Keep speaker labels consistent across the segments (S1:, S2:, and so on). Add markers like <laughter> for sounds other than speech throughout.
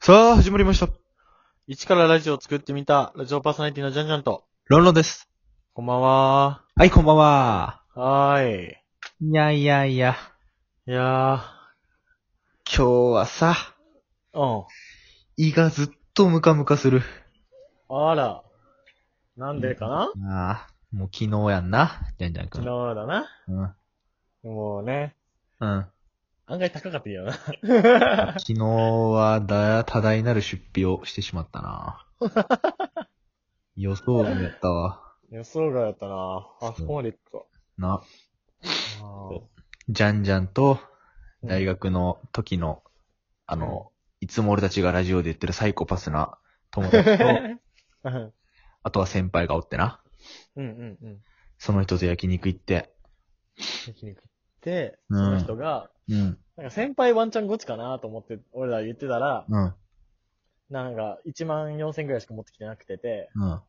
S1: さあ、始まりました。
S2: 一からラジオを作ってみた、ラジオパーソナリティのジャンジャンと。
S1: ロンロンです。
S2: こんばんは
S1: はい、こんばんは。
S2: はーい。
S1: いやいやいや、
S2: いや
S1: 今日はさ、
S2: ー。
S1: 胃がずっとムカムカする。
S2: うん。あら。なんでかな、
S1: ああ、もう昨日やんな、じゃんじゃんくん。
S2: 昨日だな。
S1: うん。
S2: もうね。
S1: うん。
S2: 案外高かったよな。
S1: 昨日はだ、多大なる出費をしてしまった
S2: <laughs>
S1: な。予想外だったわ。
S2: 予想外だったなあそこまでいくか。
S1: な、
S2: あ
S1: そうじゃんじゃんと、
S2: ー
S1: 大。学の時の、あの、いつも俺たちがラジオで言ってるサイコパスな友達と、
S2: <laughs> <laughs> うん
S1: あとは先輩がおってな。
S2: うんうんうん。
S1: その人と焼肉行って。
S2: 焼肉行って、
S1: う
S2: そ
S1: ん
S2: の人が、
S1: うん。
S2: なんか先輩ワンチャンゴチかなと思って、俺ら言ってたら、
S1: うん。
S2: なんか1万4000ぐらいしか持ってきてなくてて、
S1: うん。
S2: まあ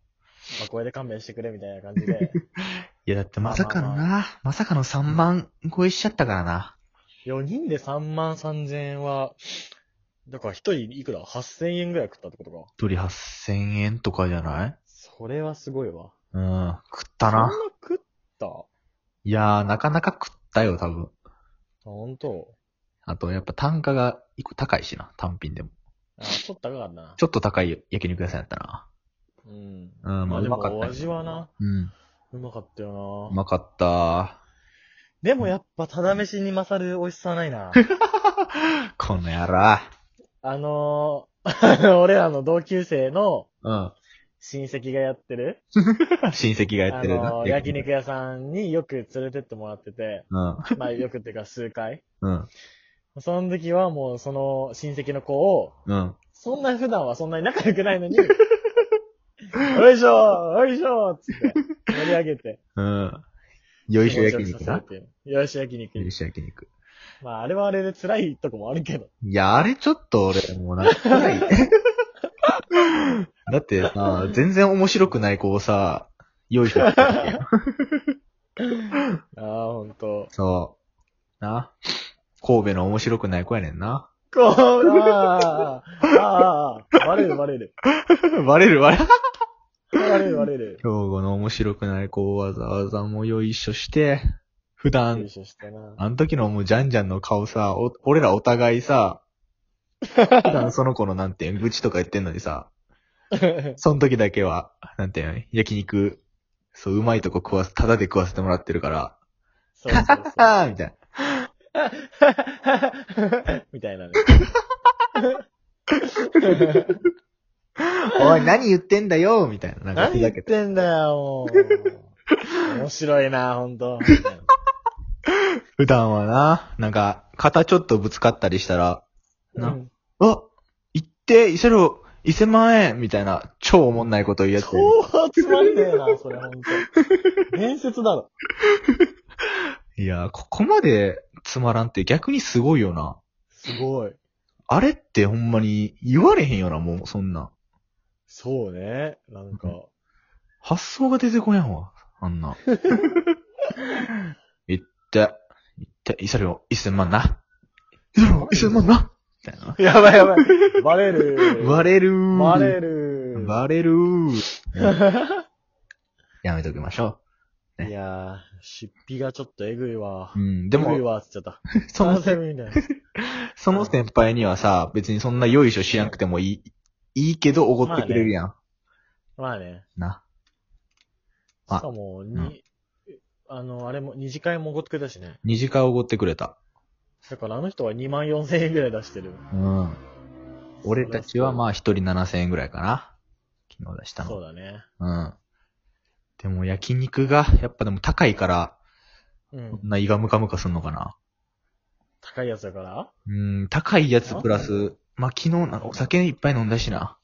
S2: これで勘弁してくれみたいな感じで。
S1: いや、だってまさかの
S2: まあ
S1: な、まさかの3万超えしちゃったからな。
S2: 4人で3万3000円は、だから1人いくら ?8000 円ぐらい食ったってことか。
S1: 一人8000円とかじゃない
S2: それはすごいわ。
S1: うん。食った
S2: そんな
S1: な。
S2: 食った
S1: いやー、なかなか食ったよ、多分。
S2: ほんと
S1: あと、やっぱ単価が一個高いしな、単品でも。
S2: あ、ちょっと高かったな
S1: ち。ょっと高い焼肉屋さんやったな。
S2: うん。
S1: うん、
S2: まあで
S1: うま
S2: も
S1: かった
S2: お
S1: よ
S2: 味はな、
S1: うん。
S2: うまかったよ
S1: う
S2: な。
S1: まかった
S2: でもやっぱただ飯に勝る美味しさはな
S1: <laughs>
S2: いな。
S1: ー。この野郎。
S2: あのー、あ <laughs> の俺らの同級生の
S1: うん。
S2: 親戚がやってる、
S1: 親戚がやっ
S2: あ
S1: てるな。
S2: のー焼肉屋さんによく連れてってもらってて、
S1: うん。
S2: まあよくっていうか数回。
S1: うん。
S2: その時はもうその親戚の子を、
S1: うん。
S2: そんな普段はそんなに仲良くない
S1: <laughs>
S2: のに、よいしょよいしょつって、盛り上げて。
S1: うん。 <laughs> よいしょ焼肉な。
S2: 気持ちよくさせるっていうよいしょ焼
S1: よ
S2: 肉
S1: い。しょ焼肉。
S2: まあ、あれはあれで辛いとこもあるけど。
S1: いや、あれちょっと俺、もうなんか怖い。 <laughs> だってさ、全然面白くない子をさ、用意してたわけよ
S2: ああ、ほんと。
S1: そう。な。神戸の面白くない子やねんな。 <laughs>
S2: こう、ああ、ああ、バレるバレる。
S1: バレるバレる。 <laughs>
S2: バレるバレる。
S1: 兵庫の面白くない子をわざわざもう用意しょして、普
S2: 優
S1: 段、
S2: 勝したな。
S1: あの時のもうジャンジャンの顔さ、お俺らお互いさ、普段その子のなんて、愚痴とか言ってんのにさ、その時だけは、なんていうの、焼肉、そう、うまいとこ食わす、タダで食わせてもらってるから、
S2: そうそうそう。
S1: あーみたいな。
S2: <laughs> みたいなね。
S1: おい、何言ってんだよみたいな。なんか
S2: 何
S1: ふ
S2: 言
S1: ざ
S2: っ
S1: けて。
S2: てんだよ、もう。面白いな、ほんと。みたいな
S1: 普段はな、なんか、肩ちょっとぶつかったりしたら、な
S2: うん
S1: あ行って、イセロ、伊勢万円みたいな、超おもんないこと言うやつ。
S2: 超つまんねえな、それ、ほんと。伝説だろ。
S1: いやー、ここまでつまらんって逆にすごいよな。
S2: すごい。
S1: あれってほんまに言われへんよな、もう、そんな。
S2: そうね。な
S1: <laughs>
S2: んか、
S1: 発想が出てこやんわ。あん <laughs> な。いって、いって、イサリオ、一千万な。イサリオ、一千万な。みたいな。
S2: やばいやばい。バレる。
S1: バレるー。
S2: バレる。
S1: バレ <laughs> るー。やめときましょね
S2: いやー、出費がちょっとえぐいわ
S1: う。う。ん、で
S2: えぐい
S1: も、
S2: わ、つっちゃった。
S1: その、
S2: セミみたいな。
S1: その先輩にはさ、別にそんなよいしょしなくてもいい、いいけどおごってくれるやん。
S2: ま
S1: <laughs>
S2: あね。
S1: な。
S2: し
S1: あ
S2: かも、
S1: うん
S2: に、あの、あれも、二次会もおごってくれたしね。
S1: 二次会おごってくれた。
S2: だからあの人は2万4千円ぐらい出してる。
S1: うん。俺たちはまあ一人七千円ぐらいかな。昨日出したの。
S2: そうだね。
S1: うん。でも焼肉が、やっぱでも高いから、
S2: う
S1: こ
S2: ん
S1: ん。な胃がムカムカすんのかな。
S2: 高いやつだから
S1: うん、高いやつプラス、まあ、昨日な、お酒いっぱい飲んだしな。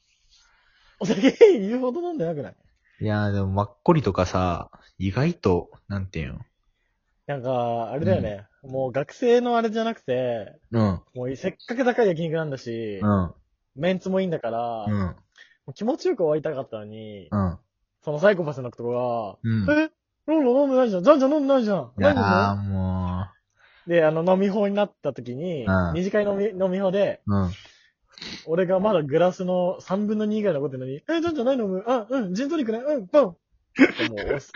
S2: お酒言うほど飲んでなくない
S1: いやーでも、マッコリとかさ、意外と、なんていうん。
S2: なんか、あれだよね、もう学生のあれじゃなくて、
S1: うん、
S2: もうせっかく高い焼肉なんだし、
S1: うん、
S2: メンツもいいんだから、
S1: う
S2: も
S1: ん、
S2: う気持ちよく終わりたかったのに、
S1: うん。
S2: そのサイコパスのとこ
S1: うん。
S2: が、えロンロン飲んでないじゃんじゃんじゃん飲んでないじゃん
S1: い
S2: 何
S1: や
S2: 飲んで
S1: ー
S2: んの
S1: も
S2: で、あの、飲み法になった時に、
S1: うん
S2: 二次会飲み、飲み法で、
S1: う、うん。
S2: 俺がまだグラスの3分の2以外残ってるのに、え、なんじゃない飲むあ、うん、ジントニックね、う
S1: <laughs>
S2: ん、ポンってもう押す、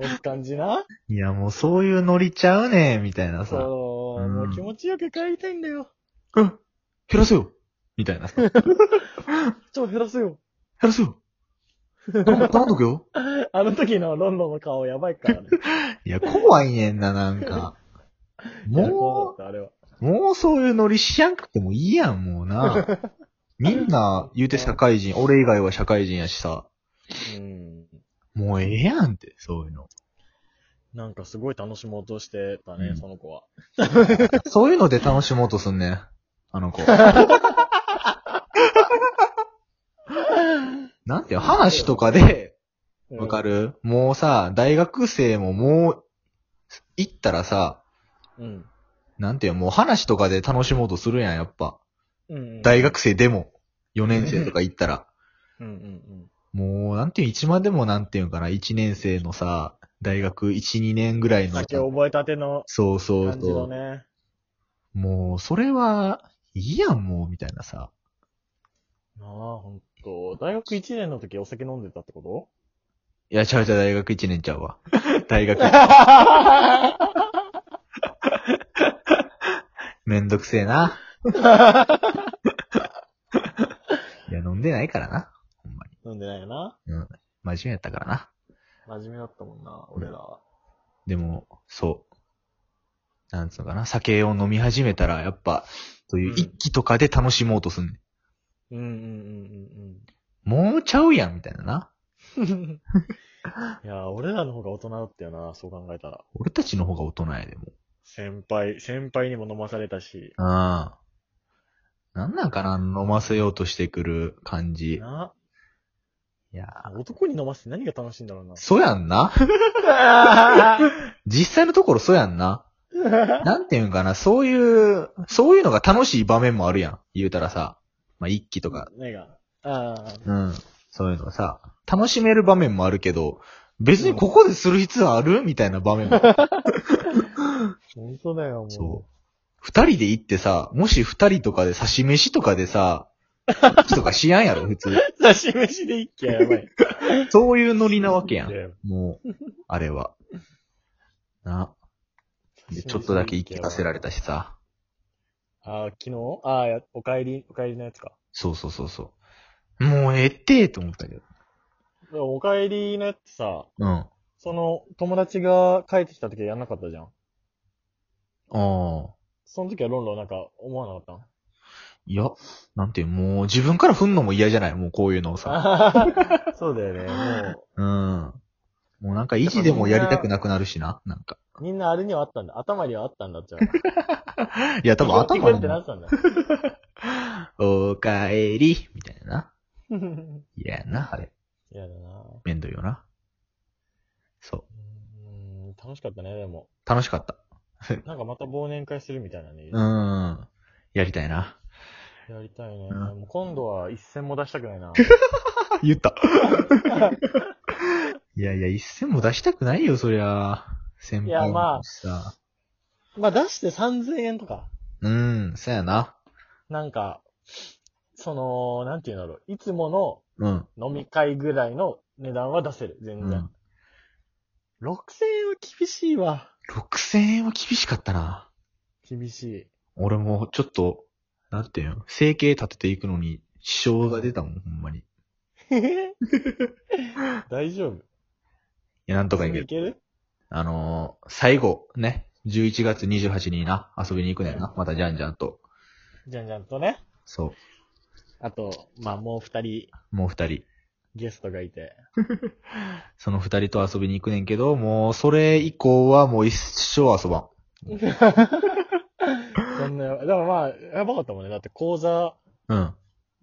S2: 押す感じない
S1: や、もうそういうノリちゃうねみたいなさ。
S2: そう、
S1: うん
S2: もう気持ちよく帰りたいんだよ。
S1: うん。減らせよみたいな
S2: <laughs>
S1: さ。減
S2: ちょ、減らすよ。
S1: ら
S2: <laughs>
S1: せよ頼む頼んどくよ
S2: あの時のロンロンの顔やばいからね。
S1: いや、怖いねんな、なん
S2: <laughs>
S1: か。
S2: 怖
S1: も
S2: かったあれは。
S1: う、もうそういうノリしやんくてもいいやん、もうな。みんな言うて社会人、俺以外は社会人やしさ。
S2: うん。
S1: もうええやんって、そういうの。 <laughs>
S2: なんかすごい楽しもうとしてたね、
S1: うん
S2: その子は。
S1: そういうので楽しもうとすんねん。あの子。 <laughs> なんていうの話とかで、わか
S2: る。
S1: る、もうさ、大学生ももう、行ったらさ、
S2: うん。
S1: なんていうのもう話とかで楽しもうとするやん、やっぱ。
S2: うん。
S1: 大学生でも、4年生とか行ったら。
S2: うんうん
S1: もう、なんていう、一番でもなんていうんかな、1年生のさ、大学1、2年ぐらい
S2: うん。
S1: の。
S2: 酒覚えたての
S1: そうそう
S2: 感じ
S1: そ
S2: の
S1: う。
S2: ね。
S1: もう、それは、いいやん、もう、みたいなさ。
S2: なあ、ほんと。大学1年の時お酒飲んでたってこと
S1: いや、ちゃうちゃう、大学1年ちゃ
S2: <laughs>
S1: うわ。大学、めんどくせえな。いや、飲んでないからな。ほんまに。
S2: 飲んでないよな。
S1: 真面目やったからな。
S2: 真面目だったもんな、俺らは。
S1: でも、そう。なんつうのかな、酒を飲み始めたら、やっぱ、そういう
S2: うん
S1: 一気とかで楽しもうとすんねん。
S2: うんうんうん
S1: もうちゃうやん、みたいなな。
S2: うんうん。いや、俺らの方が大人だったよな、そう考えたら。
S1: 俺たちの方が大人やでも。
S2: 先輩、先輩にも飲まされたし。
S1: ああ。なんなんかな、飲ませようとしてくる感じ。
S2: ない
S1: やー
S2: 男に飲ませて何が楽しいんだろうな。
S1: そうやんな実際のところそうやんな。なんていうんかな、そういう、そういうのが楽しい場面もあるやん。言うたらさ。まあ、一気とか。
S2: 目が。あ
S1: うん。そういうのがさ、楽しめる場面もあるけど、別にここでする必要あるみたいな場面も。
S2: あ、本当だよ、もう。 <laughs>
S1: そう。二人で行ってさ、もし二人とかで刺し飯とかでさ、一気とかしやんやろ、普通。
S2: 刺し飯で一気はやばい。
S1: そういうノリなわけやん。
S2: ん。
S1: もう、あれは。な。で、ちょっとだけ行きさせられたしさ。
S2: ああ、昨日ああ、やお帰り、お帰りのやつか。
S1: そうそうそうそう。もうええってと思ったけど。
S2: でもお帰りのやつさ、
S1: うん。あ
S2: その、友達が帰ってきた時はやんなかったじゃん。
S1: あ。
S2: その時はロンロンなんか思わなかっ
S1: いや、なんていう、もう自分から振んのも嫌じゃないもうこういうのをさ。
S2: た <laughs> そうだよね。も
S1: うん。もうなんか意地でもやりたくなくなるしな。なんか。
S2: う、みんなあれにはあったんだ。頭にはあったんだって。
S1: いや、多分
S2: ピコ
S1: 頭
S2: <laughs> ってな
S1: の。
S2: ってたんだ。
S1: おかえり、みたいな。
S2: い
S1: 嫌やな、あれ。
S2: やだな
S1: めんどいよな。そう。
S2: うん、楽しかったね、でも。
S1: 楽しかった。
S2: なんかまた忘年会するみたいなね。
S1: うん。やりたいな。
S2: やりたいね。
S1: うん
S2: もう今度は一銭も出したくないな。
S1: 言った。 <laughs> いやいや、一銭も出したくないよ、そりゃ。先輩
S2: いやまあ
S1: もさ。
S2: <laughs> まあ出して3000円とか。
S1: うん、そやな。
S2: なんか、その、なんていうんだろう。いつも
S1: うん。
S2: の飲み会ぐらいの値段は出せる。全
S1: うん
S2: 然。6000円は厳しいわ。
S1: 6000円は厳しかったな。
S2: 厳しい。
S1: 俺もちょっと、なんていうの、生計立てていくのに支障が出たもん、ほんまに。い
S2: <laughs> 大丈夫。
S1: や、なんとかいけ
S2: い
S1: る。
S2: ける
S1: あのー、最後、ね。11月28日にな、遊びに行くねんな。またじゃんじゃんと。
S2: じゃんじゃんとね。
S1: そ
S2: あと、まあもう二人
S1: う。もう二人。
S2: ゲストがい <laughs> て。
S1: その二人と遊びに行くねんけど、もう、それ以降はもう一生遊ばん。
S2: そんな、でもまあ、やばかったもんね。だって講座、
S1: うん。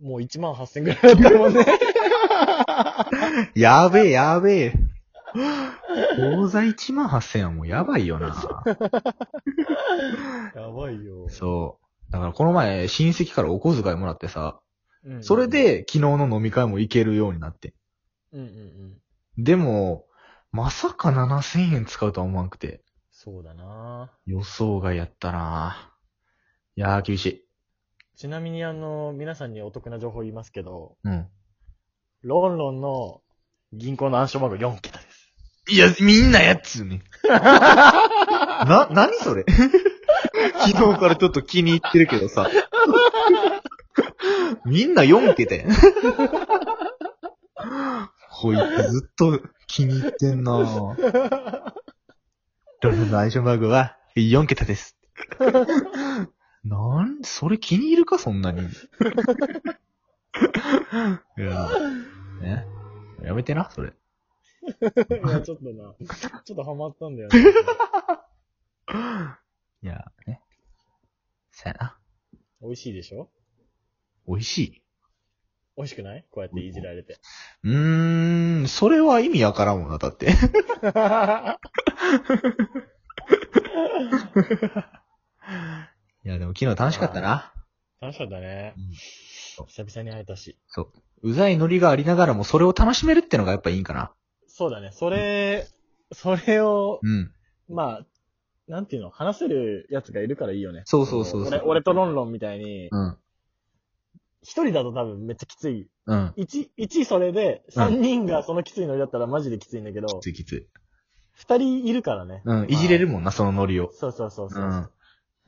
S2: もう1万8000ぐらいだったもんね。
S1: やべえ、やべえ。口座1万8000はもうやばいよな。
S2: <laughs> やばいよ。
S1: そう。だからこの前、親戚からお小遣いもらってさ、
S2: うん
S1: それ、で昨日の飲み会も行けるようになって。
S2: うんうんうん。
S1: でも、まさか7000円使うとは思わんくて、
S2: そうだな
S1: 予想外やったなぁ。いやー厳しい。
S2: ちなみにあの、皆さんにお得な情報言いますけど、
S1: うん。
S2: ロンロンの銀行の暗証番号4桁
S1: <laughs>
S2: です。
S1: いや、みんなやっつうねん。 <laughs> な、なにそれ <laughs> 昨日からちょっと気に入ってるけどさ。 <laughs> みんな4桁やん。 <laughs> こいつずっと気に入ってんなぁ。ロルの相性バグは4桁です。 <laughs> なん、それ気に入るかそんなに。い <laughs> や、ね。やめてな、それ。
S2: いや、ちょっとな、ちょっとハマったんだよ
S1: <laughs>
S2: ね。
S1: いや、ね。さやな。
S2: 美味しいでしょ
S1: 美味しい。
S2: 美味しくないこうやっていじられて。
S1: うーん、それは意味わからんもんな、だって。 <laughs> いや、でも昨日楽しかったな。
S2: 楽しかったね
S1: うん。
S2: 久々に会えたし。
S1: うざいノリがありながらもそれを楽しめるってのがやっぱいいんかな。
S2: そうだね。それ、それを、
S1: うん。
S2: まあ、なんていうの、話せるやつがいるからいいよね。
S1: そうそうそうそう
S2: 俺俺とロンロンみたいに、
S1: うん。
S2: 一人だと多分めっちゃきつい。
S1: うん。
S2: 一、一それで、三人がそのきついノリだったらマジできついんだけど
S1: き、ついきつい。
S2: 二人いるからね。
S1: うん。いじれるもんな、そのノリを。
S2: そうそうそうそうう。
S1: ん。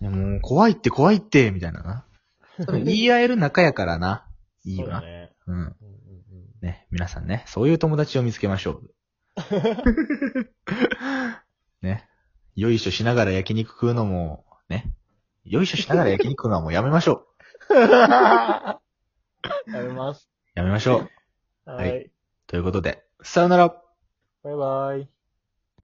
S1: いや、もう、怖いって怖いって、みたいなな。 <laughs> それ言い合える仲やからな。いいよ
S2: そうだ
S1: な。
S2: ね。
S1: うん。
S2: うんうんうん
S1: ね、皆さんね、そういう友達を見つけましょう。 <laughs> ね。よいしょしながら焼肉食うのも、ね。よいしょしながら焼肉食うのはもうやめましょう。 <laughs>
S2: やめます。
S1: やめましょう。
S2: はい
S1: い。ということで、さよなら
S2: バイバイ。